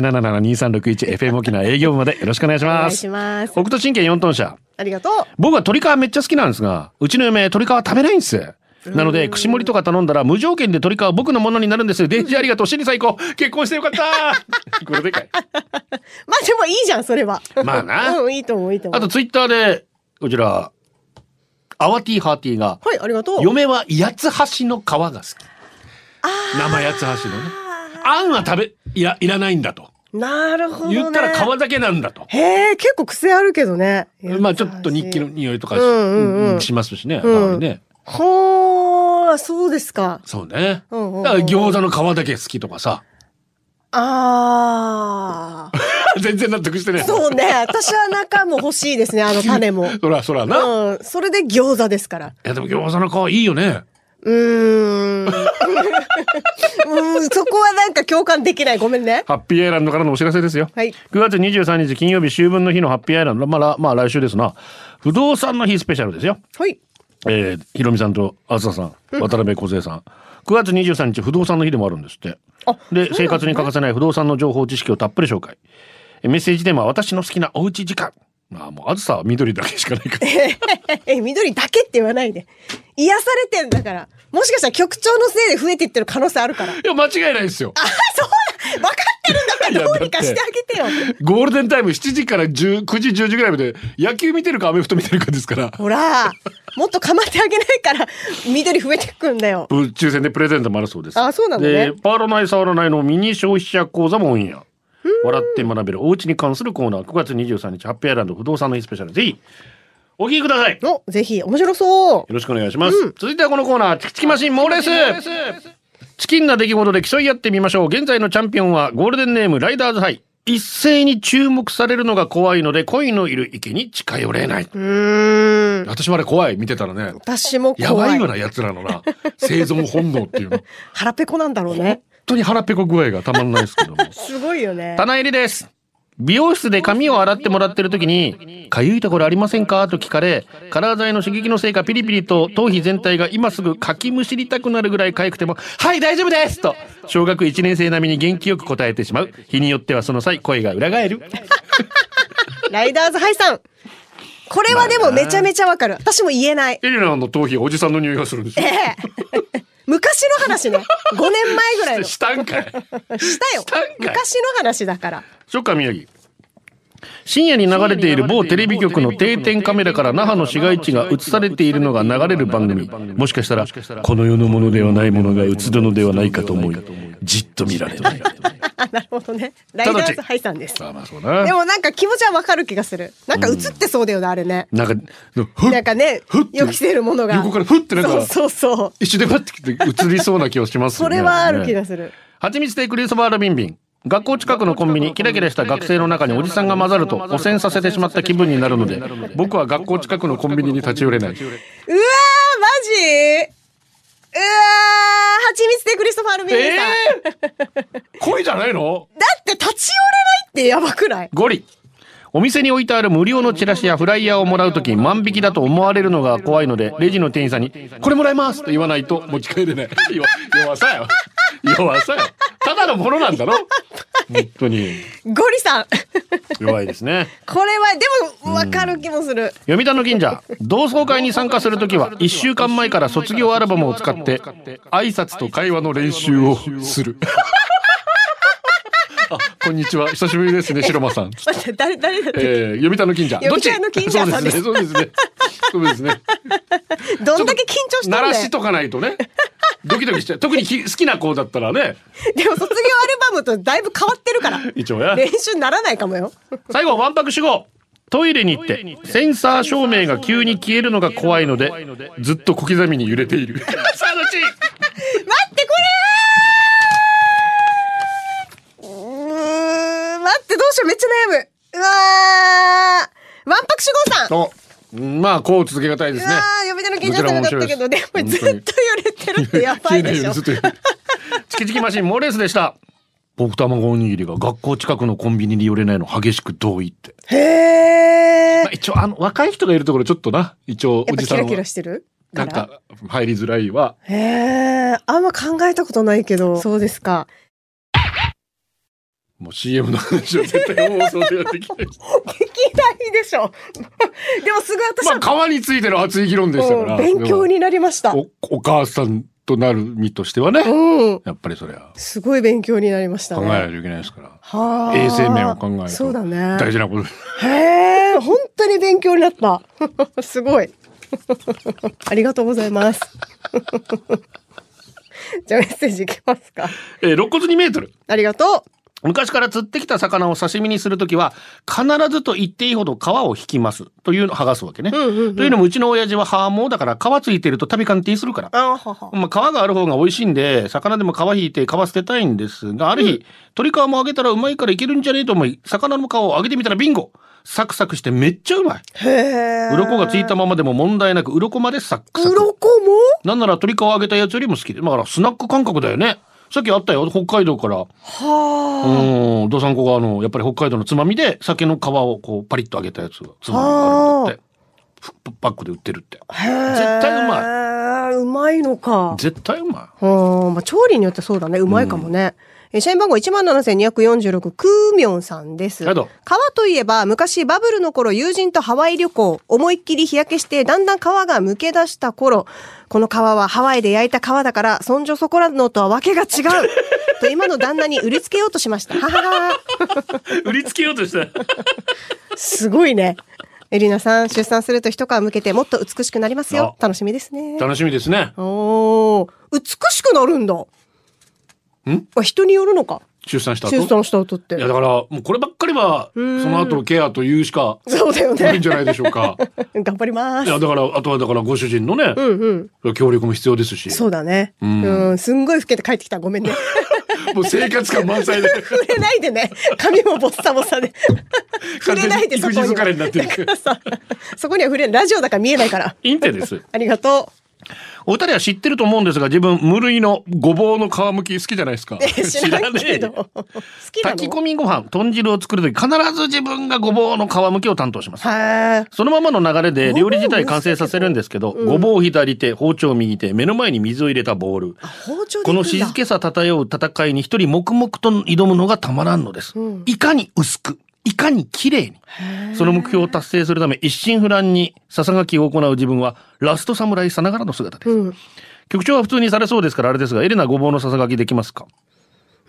Speaker 1: 098-877-2361FM 沖縄営業部までよろしくお願いします
Speaker 2: お願いします
Speaker 1: 北斗神経4トン車
Speaker 2: ありがとう。
Speaker 1: 僕は鶏皮めっちゃ好きなんですが、うちの嫁、鶏皮食べないんです。なので、串盛りとか頼んだら、無条件で鶏皮は僕のものになるんです。電池ありがとう、死に最高結婚してよかった
Speaker 2: <laughs>
Speaker 1: これでかい。
Speaker 2: まあでもいいじゃん、それは。
Speaker 1: まあな
Speaker 2: うん、いいと思う、いいと思う。
Speaker 1: あと、ツイッターで、こちら、アワティーハーティーが、
Speaker 2: はい、ありがとう。
Speaker 1: 嫁は八つ橋の皮が好き。
Speaker 2: <laughs>
Speaker 1: 生八つ橋のね。あんは食べ、いら、いらないんだと。
Speaker 2: なるほど、ね。
Speaker 1: 言ったら皮だけなんだと。
Speaker 2: へえ、結構癖あるけどね。
Speaker 1: まあ、ちょっと日記の。匂いとかし,、
Speaker 2: うんうんうん
Speaker 1: しますしね。
Speaker 2: うん
Speaker 1: まあね。
Speaker 2: ほー、そうですか。
Speaker 1: そうね。だか
Speaker 2: うんうんうん
Speaker 1: ら餃子の皮だけ好きとかさ。 <laughs>
Speaker 2: あー。
Speaker 1: 全然納得してねえ。
Speaker 2: そう
Speaker 1: <laughs>
Speaker 2: ね。私は中も欲しいですね、あの種も。
Speaker 1: そ <laughs> らそらな。い
Speaker 2: うん。それで餃子ですから。
Speaker 1: やでも餃子の皮いいよね。
Speaker 2: う
Speaker 1: <laughs>
Speaker 2: ーん。うーん、そこはなんか共感できない。ごめんね。
Speaker 1: ハッピーアイランドからのお知らせですよ。
Speaker 2: はい
Speaker 1: 9月23日金曜日秋分の日のハッピーアイランド。まあ、らまあ来週ですな。不動産の日スペシャルですよ。
Speaker 2: はい。
Speaker 1: えー、ひろみさんとあずささん、渡辺梢さん。9月23日不動産の日でもあるんですって。で、生活に欠かせない不動産の情報知識をたっぷり紹介。えメッセージテーマは私の好きなおうち時間。まあもうあずさは緑だけしかない <laughs> から。
Speaker 2: <laughs> え、緑だけって言わないで。癒されてんだから。もしかしたら局長のせいで増えていってる可 <laughs> 能性あるから。
Speaker 1: いや間違いないですよ。
Speaker 2: あ、そうだ分かってるんだからどうにかしてあげてよ。
Speaker 1: ゴールデンタイム7時から10 9時10時ぐらいまで野球見てるかアメフト見てるかですから。
Speaker 2: ほら、もっと構ってあげないから、緑増えてくんだよ。
Speaker 1: ぶ抽選でプレゼントもあるそうです。
Speaker 2: あそうなんだね
Speaker 1: で、パーロない触らないのミニ消費者講座もオンエア。笑って学べるお家に関するコーナー9月23日ハッピーアイランド不動産の日スペシャルぜひお聞きください。よ
Speaker 2: の、ぜひ、面白そう。
Speaker 1: ろしくお願いします。続いてはこのコーナーチキチキマシン猛レース。チキンな出来事で競い合ってみましょう。現在のチャンピオンはゴールデンネームライダーズハイ。一斉に注目されるのが怖いので恋のいる池に近寄れない。
Speaker 2: うーん。
Speaker 1: 私もあれ怖い見てたらね
Speaker 2: 私も
Speaker 1: や
Speaker 2: 怖い。
Speaker 1: ばいよな奴らの <laughs> な生存本能っていうの本
Speaker 2: 腹ペコなんだろうね。
Speaker 1: 当に腹ペコ具合がたまんないですけども
Speaker 2: すごいよね。
Speaker 1: <laughs> 棚入りです美容室で髪を洗ってもらってる時に「かゆいところありませんか?」と聞かれカラー剤の刺激のせいかピリピリと頭皮全体が今すぐかきむしりたくなるぐらいかゆくても「はい大丈夫です!」と小学1年生並みに元気よく答えてしまう日によってはその際声が裏返る
Speaker 2: ライダーズハイさん。これはでもめちゃめちゃわかる。私も言えない。
Speaker 1: エリナの頭皮おじさんの匂いがするんですよ
Speaker 2: ええ昔の話 <laughs> ね。5年前ぐらいの。
Speaker 1: <laughs> したんかい
Speaker 2: したよ
Speaker 1: したんかい。
Speaker 2: 昔の話だから。
Speaker 1: 初夏宮城深夜に流れている某テレビ局の定点カメラから那覇の市街地が映されているのが流れる番組もしかしたらこの世のものではないものが映るのではないかと思いじっと見られない
Speaker 2: あ、 <laughs> なるほどね。ライダーズハイさんです。
Speaker 1: あまあそう
Speaker 2: で
Speaker 1: な
Speaker 2: もなんか気持ちはわかる気がする。なんか映ってそうだよね、あれね。
Speaker 1: なんかふっ
Speaker 2: なんかね
Speaker 1: ふっ、て
Speaker 2: 予期せるものが。
Speaker 1: 横からふってなんか
Speaker 2: そうそうそう。
Speaker 1: 一瞬でパッてきて映りそうな気がします
Speaker 2: そ
Speaker 1: よね
Speaker 2: れはある気がする。
Speaker 1: はちみつテイクリーソバーラビンビン。学校近くのコンビニ、キラキラした学生の中におじさんが混ざると汚染させてしまった気分になるので、僕は学校近くのコンビニに立ち寄れない。
Speaker 2: うわー、マジううわー、蜂蜜でクリストファー・ルビン
Speaker 1: え
Speaker 2: さん。
Speaker 1: ー、恋じゃないの
Speaker 2: <laughs> だって立ち寄れないってやばくない
Speaker 1: ゴリお店に置いてある無料のチラシやフライヤーをもらうとき万引きだと思われるのが怖いのでレジの店員さんに「これもらいます」と言わないと持ち帰れないよ <laughs> 弱さよ弱さよただのものなんだろ本当に
Speaker 2: ゴリさん。こ <laughs>
Speaker 1: 弱いですね
Speaker 2: れは、でも、わかる気もする。
Speaker 1: 読谷の銀座同窓会に参加するときは1週間前から卒業アルバムを使って挨拶と会話の練習をするあこんにちは久しぶりですね白間さん
Speaker 2: 待って、誰、誰だって、
Speaker 1: えー、読谷の金ちゃん。どっち
Speaker 2: 読谷の金ちゃんさんです
Speaker 1: そうですね。そうです
Speaker 2: <laughs>
Speaker 1: ね。そうですね。
Speaker 2: どんだけ緊張してん
Speaker 1: 鳴
Speaker 2: だ
Speaker 1: ら
Speaker 2: よ
Speaker 1: しとかないとね。ドキドキしちゃう。特にき好きな子だったらね。
Speaker 2: <laughs> でも、卒業アルバムとだいぶ変わってるから。
Speaker 1: 一応や
Speaker 2: 練習にならないかもよ。
Speaker 1: 最後、ワンパク主語。トイレに行って、センサー照明が急に消えるのが怖いので、ずっと小刻みに揺れている。さあ、どっち
Speaker 2: 待って、これはうーん、待って、どうしよう、めっちゃ悩む。うわー、わんぱく志望さん。
Speaker 1: と、まあ、こう続けがたいです
Speaker 2: う
Speaker 1: ね
Speaker 2: わ。ー、呼び出の緊張してなかったけど、
Speaker 1: ど
Speaker 2: で
Speaker 1: ちらも
Speaker 2: も
Speaker 1: 面白いで
Speaker 2: ず
Speaker 1: す
Speaker 2: っと揺れてるってやばいでしょ。
Speaker 1: ずっと言うチキチキマシン、モーレースでした。僕卵おにぎりが学校近くのコンビニに寄れないの激しく同意って。
Speaker 2: へ
Speaker 1: まあ、一応あの若い人がいるところちょっとな一応
Speaker 2: や
Speaker 1: お
Speaker 2: っぱ
Speaker 1: じ
Speaker 2: キ
Speaker 1: さん
Speaker 2: ラ
Speaker 1: は
Speaker 2: キラしてるか
Speaker 1: な
Speaker 2: ら
Speaker 1: んか入りづらいは
Speaker 2: へえあんま考えたことないけどそうです <laughs> か
Speaker 1: もう CM の話を絶対放送でやってきて
Speaker 2: できないでしょ <laughs> でもすごい私
Speaker 1: まあ
Speaker 2: は、
Speaker 1: 川についての熱い議論でしたから
Speaker 2: うん勉強になりました
Speaker 1: でもおお母さんとなる身としてはね、
Speaker 2: うん
Speaker 1: やっぱりそれは
Speaker 2: すごい勉強になりました
Speaker 1: 考え
Speaker 2: ね
Speaker 1: ないといけないですから、
Speaker 2: はあ
Speaker 1: 衛生面を考えると
Speaker 2: そうだね
Speaker 1: 大事なことです
Speaker 2: へえ本当に勉強になった <laughs> すごい <laughs> ありがとうございます <laughs> じゃあメッセージいきますか
Speaker 1: えー肋骨2メートル
Speaker 2: ありがとう
Speaker 1: 昔から釣ってきた魚を刺身にするときは、必ずと言っていいほど皮を引きます。というの、剥がすわけね。というのも、うちの親父はハーモーだから皮ついてると旅鑑定するから。
Speaker 2: あはは
Speaker 1: まあ、皮がある方が美味しいんで、魚でも皮引いて皮捨てたいんですが、ある日、鶏皮も揚げたらうまいからいけるんじゃねえと思い、魚の皮を揚げてみたらビンゴサクサクしてめっちゃうまい
Speaker 2: へえ
Speaker 1: 鱗がついたままでも問題なく、鱗までサックサク。
Speaker 2: 鱗も
Speaker 1: なんなら鶏皮を揚げたやつよりも好きで。だからスナック感覚だよね。さっきあったよ、北海道から。
Speaker 2: は
Speaker 1: うん、道産子があの、やっぱり北海道のつまみで、酒の皮をこう、パリッと揚げたやつが、つまみがあるんだって。フッパックで売ってるって。
Speaker 2: あへえ
Speaker 1: 絶対う
Speaker 2: まいうまいのか
Speaker 1: 絶対うまい。
Speaker 2: うんまあ調理によってそうだねうまいかもね、え社員番号17,246クーミョンさんです。
Speaker 1: ありが
Speaker 2: 川
Speaker 1: とう
Speaker 2: といえば昔バブルの頃友人とハワイ旅行思いっきり日焼けしてだんだん皮がむけ出した頃この皮はハワイで焼いた皮だからそんじょそこらのとはわけが違うと今の旦那に売りつけようとしました。ははは
Speaker 1: <laughs> 売りつけようとした。
Speaker 2: すごいね。エリナさん出産すると一皮むけてもっと美しくなりますよ。
Speaker 1: あ
Speaker 2: 楽しみですね。
Speaker 1: 楽しみですね。
Speaker 2: おお、美しくなるんだ。あ人によるのか。
Speaker 1: 出産した後。
Speaker 2: 出産した後って
Speaker 1: いや、。だから、もうこればっかりは、そ
Speaker 2: ん
Speaker 1: の後のケアというしか、
Speaker 2: そうだよ
Speaker 1: ないん
Speaker 2: ね
Speaker 1: じ。ゃないでしょうか。
Speaker 2: <laughs> 頑張りま
Speaker 1: い
Speaker 2: す
Speaker 1: や、。だから、あとはだから、ご主人のね、
Speaker 2: うん
Speaker 1: 協力も必要ですし
Speaker 2: うん。、そうだね。うん、すんごい老けて帰ってきた。ごめんね。
Speaker 1: もう生活感満
Speaker 2: <laughs>
Speaker 1: 載で、
Speaker 2: 触れないでね。髪もボッサボサで。触れないでそこには。
Speaker 1: <laughs> 完全に育児疲れになってる
Speaker 2: だからさ、そこには触れない。ラジオだから見えないから。
Speaker 1: インテです。
Speaker 2: ありがと
Speaker 1: お二人は知ってると思うんですが、自分、無類のごぼうの皮むき好きじゃないですか。
Speaker 2: う。知らんけど。
Speaker 1: 知らねえ
Speaker 2: 好きな
Speaker 1: 炊き込
Speaker 2: の。
Speaker 1: みご飯、豚汁を作るとき、必ず自分がごぼうの皮むきを担当します。
Speaker 2: は
Speaker 1: そのままの流れで料理自体完成させるんですけど、ごぼうを左手、包丁を右手、目の前に水を入れたボール。
Speaker 2: あ。包丁で
Speaker 1: この
Speaker 2: 行くんだ
Speaker 1: 静けさ漂う戦いに一人黙々と挑むのがたまらんのです。いかに薄く、いかに綺麗に。その目標を達成するため一心不乱に笹書きを行う自分はラスト侍さながらの姿です。
Speaker 2: うん。
Speaker 1: 局長は普通にされそうですからあれですが、エレナごぼうの笹書きできますか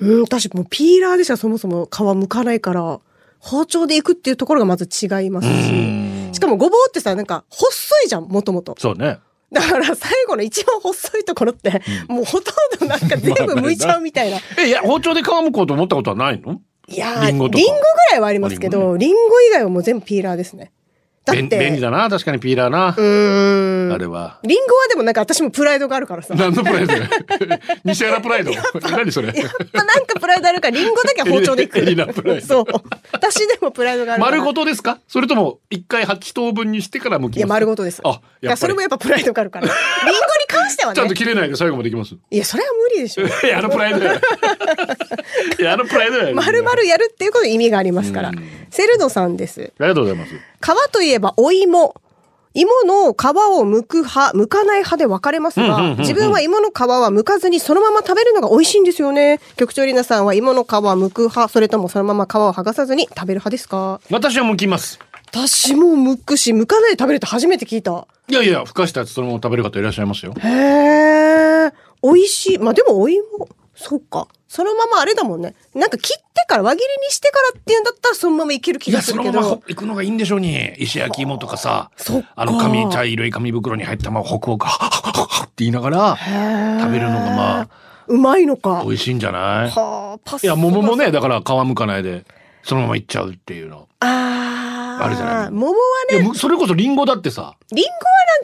Speaker 2: うん、私もうピーラーでしかそもそも皮むかないから、包丁でいくっていうところがまず違いますし、しかもごぼうってさ、なんか細いじゃん、もともと。
Speaker 1: そうね。
Speaker 2: だから最後の一番細いところって、もうほとんどなんか全部剥いちゃうみた
Speaker 1: <laughs>
Speaker 2: いな。
Speaker 1: え、いや、包丁で皮むこうと思ったことはないの
Speaker 2: いやー、
Speaker 1: リ
Speaker 2: リ
Speaker 1: ン
Speaker 2: ン
Speaker 1: ゴ
Speaker 2: ゴ
Speaker 1: と
Speaker 2: ぐ
Speaker 1: から
Speaker 2: いはありますけ
Speaker 1: リン
Speaker 2: ど、リンゴ以外はもう全部ピーラーですね。だっ
Speaker 1: 便便利
Speaker 2: て、
Speaker 1: だな、確かにピーラーな。
Speaker 2: うーん。
Speaker 1: あれは。
Speaker 2: リンゴはでもなんか私もプライドがあるからさ。
Speaker 1: 何のプライ <laughs> ド西原プライド何それ
Speaker 2: <laughs> やっぱなんかプライドあるから、リンゴだけは包丁でい
Speaker 1: <laughs>
Speaker 2: く。
Speaker 1: エリナプライド
Speaker 2: そう。私でもプライドがあるから。
Speaker 1: 丸ごとですかそれとも一回8等分にしてから剥きますか
Speaker 2: いや、丸ごとです。
Speaker 1: あ、
Speaker 2: <laughs> いや、それもやっぱプライドがあるから。リンゴに関しては
Speaker 1: ちゃんと
Speaker 2: ね。
Speaker 1: 切れないで最後までいきます。 <laughs>
Speaker 2: いや、それは無理でしょ。
Speaker 1: いや、あのプライド
Speaker 2: <laughs>
Speaker 1: や。いや、あのプライドや。
Speaker 2: 丸々やるっていうことに意味がありますから。セルドさんです。
Speaker 1: ありがとうございます。
Speaker 2: 皮といえばお芋。芋の皮を剥く派、剥かない派で分かれます
Speaker 1: うんうんうんう
Speaker 2: が、
Speaker 1: ん
Speaker 2: 自分は芋の皮は剥かずにそのまま食べるのが美味しいんですよね。局長里奈さんは芋の皮は剥く派、それともそのまま皮を剥がさずに食べる派ですか
Speaker 1: 私は向きます。
Speaker 2: 私も剥くし、剥かないで食べるって初めて聞いた。
Speaker 1: いやいや、ふかしたやつそのまま食べる方いらっしゃいますよ。
Speaker 2: へえ、美味しい。まあでもお芋、そうか。そのままあれだもんね。なんか切ってから輪切りにしてからっていうんだったらそのままいける気
Speaker 1: い
Speaker 2: が
Speaker 1: や、
Speaker 2: す
Speaker 1: そ
Speaker 2: る
Speaker 1: の
Speaker 2: け
Speaker 1: ま
Speaker 2: ど。
Speaker 1: まほ行くのがいいんでしょうに。石焼き芋とかさ
Speaker 2: そっか、
Speaker 1: あの紙、茶色い紙袋に入ったままホクホク、はっはっはっはって言いながら、食べるのがまあ、
Speaker 2: うまいのか。
Speaker 1: 美味しいんじゃない
Speaker 2: はあ、パス。
Speaker 1: いや、桃もね、だから皮むかないで、そのままいっちゃうっていうの。
Speaker 2: ああ。
Speaker 1: あるじゃない
Speaker 2: 桃はいね、
Speaker 1: や、むそれこそリンゴだってさ、
Speaker 2: リンゴ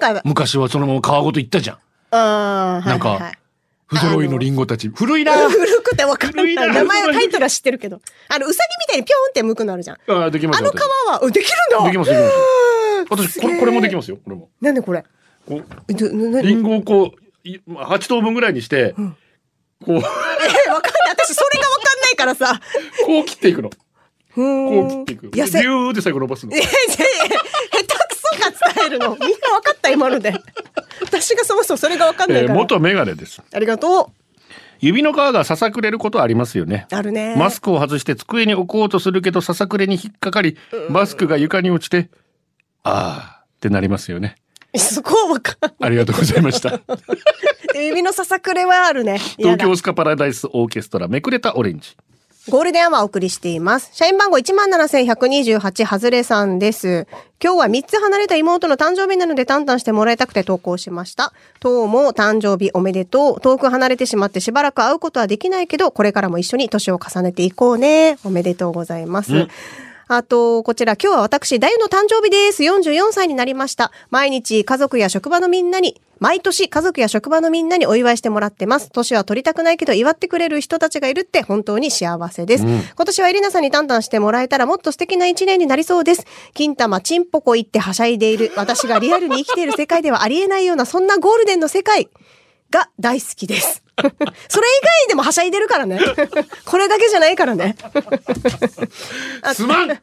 Speaker 2: はなんか、
Speaker 1: 昔はそのまま皮ごといったじゃん。
Speaker 2: あー
Speaker 1: なんか
Speaker 2: はいはいはい
Speaker 1: 不揃いのリンゴたち。古い
Speaker 2: <laughs>
Speaker 1: な
Speaker 2: 古くてわかん
Speaker 1: 古い
Speaker 2: な。
Speaker 1: ない
Speaker 2: 名前はタイトルは知ってるけど。あの、うさぎみたいにピョンって剥くのあるじゃん。
Speaker 1: ああ、できます
Speaker 2: あの皮は、うんできるんだ
Speaker 1: できますできます私、
Speaker 2: す
Speaker 1: こ
Speaker 2: げ
Speaker 1: れ、
Speaker 2: え
Speaker 1: これもできますよ。これも。
Speaker 2: なんでこれ
Speaker 1: こう
Speaker 2: えどなな
Speaker 1: リンゴをこう、いまあ8等分ぐらいにして、こう、 <laughs>
Speaker 2: え、わかんない。私、それがわかんないからさ。
Speaker 1: こう切っていくの。
Speaker 2: うー
Speaker 1: こ
Speaker 2: ん
Speaker 1: う切っていく。ビ
Speaker 2: 痩せ。え、
Speaker 1: ューって最後伸ばすの。
Speaker 2: え、え下手くそが伝えるの。みんなわかった、今ので。私がそもそもそれがわかんな
Speaker 1: え
Speaker 2: い
Speaker 1: ー
Speaker 2: から。
Speaker 1: 元メガネです。
Speaker 2: ありがと
Speaker 1: 指の皮がささくれることありますよね
Speaker 2: う。。あるね。
Speaker 1: マスクを外して机に置こうとするけどささくれに引っかかり、マスクが床に落ちて、ああ、ってなりますよね。
Speaker 2: そこはわかん
Speaker 1: ありがとうございました。
Speaker 2: 指のささくれはあるね。嫌
Speaker 1: 東
Speaker 2: だ
Speaker 1: 京スカパラダイスオーケストラめくれたオレンジ。
Speaker 2: ゴールデンアワーお送りしています。社員番号17,128ハズレさんです。今日は3つ離れた妹の誕生日なので担当してもらいたくて投稿しました。当も誕生日おめでとう。遠く離れてしまってしばらく会うことはできないけど、これからも一緒に年を重ねていこうね。おめでとうございます。あと、こちら、今日は私、ダユの誕生日です。44歳になりました。毎日、家族や職場のみんなに、毎年、家族や職場のみんなにお祝いしてもらってます。年は取りたくないけど、祝ってくれる人たちがいるって本当に幸せです。今年はエリナさんに担当してもらえたら、もっと素敵な一年になりそうです。金玉、チンポコ言ってはしゃいでいる、私がリアルに生きている世界ではありえないような、そんなゴールデンの世界が大好きです。 <laughs> それ以外でもはしゃいでるからね。 <laughs> これだけじゃないからね。
Speaker 1: す
Speaker 2: <laughs>
Speaker 1: まんもう、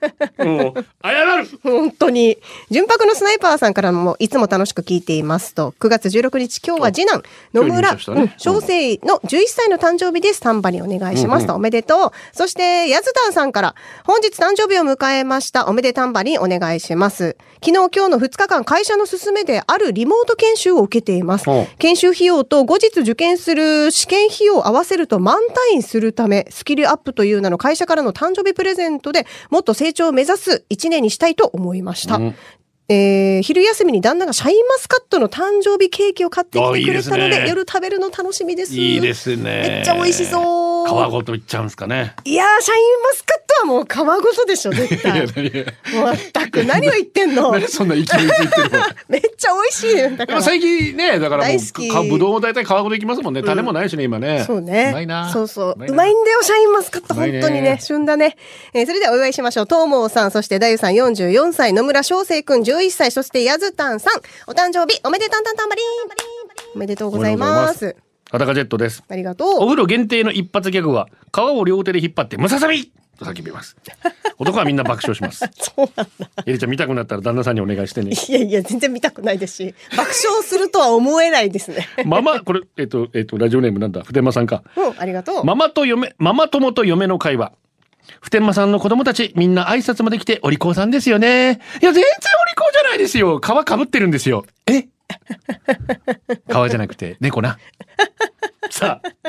Speaker 1: 謝る
Speaker 2: 本当に。純白のスナイパーさんからも、いつも楽しく聞いていますと、9月16日、今日は次男、野村、
Speaker 1: 今日入社したね
Speaker 2: うん小生の11歳の誕生日です。丹波にお願いしますと、おめでとう。そして、ヤズタンさんから、本日誕生日を迎えました。おめで丹波にお願いします。昨日、今日の2日間、会社の勧めで、あるリモート研修を受けています
Speaker 1: うん。
Speaker 2: 研修費用と後日受験する試験費用を合わせると満単位するため、スキルアップという名の会社からの誕生日プレゼントでもっと成長を目指す一年にしたいと思いました。えー昼休みに旦那がシャインマスカットの誕生日ケーキを買ってきてくれたので
Speaker 1: あいいですね
Speaker 2: 夜食べるの楽しみです。
Speaker 1: いいですね。
Speaker 2: めっちゃ美味しそう。
Speaker 1: 皮ごといっちゃうんですかね。
Speaker 2: いやー、シャインマスカットはもう皮ごとでしょ、絶
Speaker 1: <laughs> いや
Speaker 2: 対。
Speaker 1: いや、
Speaker 2: まったく何を言ってん
Speaker 1: <laughs>
Speaker 2: の
Speaker 1: 何そんな勢いついてるの
Speaker 2: <laughs> めっちゃ美味しいん
Speaker 1: で
Speaker 2: だか
Speaker 1: も
Speaker 2: ら。
Speaker 1: 最近ね、だからも
Speaker 2: 大好き
Speaker 1: う、かぶどうも大体皮ごといきますもんね。種もないしね、今ね。
Speaker 2: そうね。
Speaker 1: うまいな。
Speaker 2: そうそう。う
Speaker 1: な
Speaker 2: まいんだよ、シャインマスカット。
Speaker 1: うま
Speaker 2: 本
Speaker 1: いね
Speaker 2: 当にね、旬だね。えーそれではお祝いしましょう。東毛さん、そしてダユさん44歳、野村翔生くん11歳、そしてヤズタンさん、お誕生日、おめでたんたんたんばりん。おめでとうございます。
Speaker 1: 裸ジェットです。
Speaker 2: ありが
Speaker 1: お
Speaker 2: とう。
Speaker 1: 風呂限定の一発ギャグは、皮を両手で引っ張って、ムササビと叫び
Speaker 2: <laughs>
Speaker 1: ます。男はみんな爆笑します。
Speaker 2: そうなんだ。
Speaker 1: エリちゃん見たくなったら旦那さんにお願いしてね。
Speaker 2: いやいや、全然見たくないですし、爆笑するとは思えないですね。 <laughs>
Speaker 1: ママ、これ、えっと、えっと、ラジオネームなんだ、筆間さんか。
Speaker 2: うん、ありがとう。
Speaker 1: ママと嫁、ママ友と嫁の会話。普天間さんの子供たち、みんな挨拶まで来て、お利口さんですよね。いや、全然お利口じゃないですよ。皮かぶってるんですよ。え <laughs> 皮じゃなくて、猫な。さあ、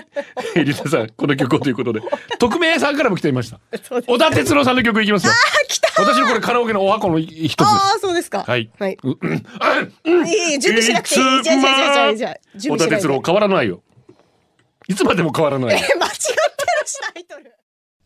Speaker 1: エリナさん、この曲をということで、匿名さんからも来ていました。小田哲郎さんの曲いきますよ。
Speaker 2: 来た
Speaker 1: 私のこれカラオケのお箱の一つです。
Speaker 2: ああ、そうですか。
Speaker 1: はい
Speaker 2: はい。
Speaker 1: ううん
Speaker 2: いい、準備しなくていい。
Speaker 1: い
Speaker 2: じゃ
Speaker 1: つ
Speaker 2: あじゃあじゃ
Speaker 1: ま
Speaker 2: あじゃあじゃあ
Speaker 1: 小田哲郎、変わらないよ。いつまでも変わらないよ。
Speaker 2: え <laughs> 間違ってるしタイトル。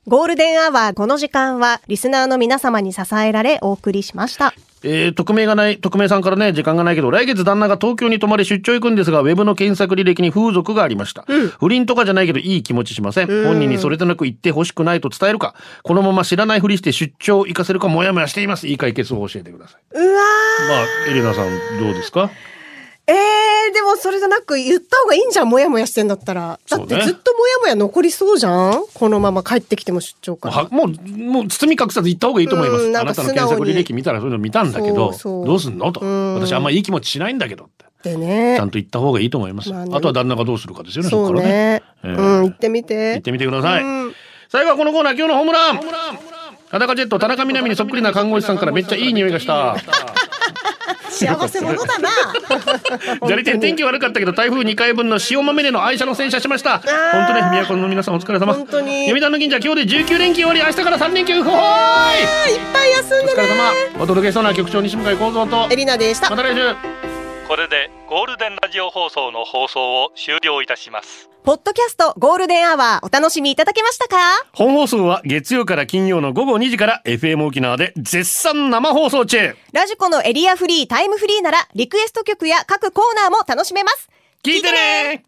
Speaker 2: ゴールデンアワー、この時間は、リスナーの皆様に支えられ、お送りしました。
Speaker 1: えー、匿名がない、匿名さんからね、時間がないけど、来月旦那が東京に泊まり出張行くんですが、ウェブの検索履歴に風俗がありました。不倫とかじゃないけど、いい気持ちしません。本人にそれとなく言ってほしくないと伝えるか、このまま知らないふりして出張行かせるか、もやもやしています。いい解決を教えてください。
Speaker 2: うわ
Speaker 1: まあ、エレナさん、どうですか
Speaker 2: ー。えー、でももそれじゃなく言った方がいいんじゃん、もやもやしてんだったら。だ
Speaker 1: そ
Speaker 2: っ
Speaker 1: う
Speaker 2: て
Speaker 1: ね
Speaker 2: ずっともやもや残りそうじゃんこのまま帰ってきても出張から。
Speaker 1: はもう、もう包み隠さず行った方がいいと思いま
Speaker 2: う
Speaker 1: す。
Speaker 2: んな
Speaker 1: あ
Speaker 2: んか
Speaker 1: なたの
Speaker 2: 素直
Speaker 1: 検
Speaker 2: に
Speaker 1: 索履歴見たらそういうの見たんだけど、
Speaker 2: そうそう
Speaker 1: どうすんのと。
Speaker 2: ん
Speaker 1: 私あんまいい気持ちしないんだけどって。
Speaker 2: で
Speaker 1: ち
Speaker 2: ね
Speaker 1: ゃ。んと行った方がいいと思います。
Speaker 2: まあ
Speaker 1: あ
Speaker 2: ね
Speaker 1: とは旦那がどうするかですよね、そこ
Speaker 2: そう
Speaker 1: からね。
Speaker 2: ね。
Speaker 1: ええ
Speaker 2: うん、行ってみて。
Speaker 1: 行ってみてください。
Speaker 2: うん
Speaker 1: 最後はこのコーナー、今日のホームラン裸ジェット、田中みな実にそっくりな看護師さんからめっちゃいい匂いがした。
Speaker 2: 幸せ者
Speaker 1: <laughs>
Speaker 2: だな。
Speaker 1: じゃり天天気悪かったけど、台風2回分の塩豆での愛車の洗車しました。本当ね、都の皆さんお疲れ様。
Speaker 2: 本当に
Speaker 1: 読谷の銀座、今日で19連休終わり、明日から3連休、ほほーい
Speaker 2: いっぱい休ん
Speaker 1: お
Speaker 2: で
Speaker 1: 疲れ
Speaker 2: ね。
Speaker 1: 様。お届けそうな局長西向井幸三と
Speaker 2: エ、リナでした
Speaker 1: ま。た来週。
Speaker 3: これでゴールデンラジオ放送の放送を終了いたします
Speaker 2: ポッドキャストゴールデンアワーお楽しみいただけましたか
Speaker 1: 本放送は月曜から金曜の午後2時から FM 沖縄で絶賛生放送中。
Speaker 2: ラジコのエリアフリー、タイムフリーならリクエスト曲や各コーナーも楽しめます。
Speaker 1: 聞いてね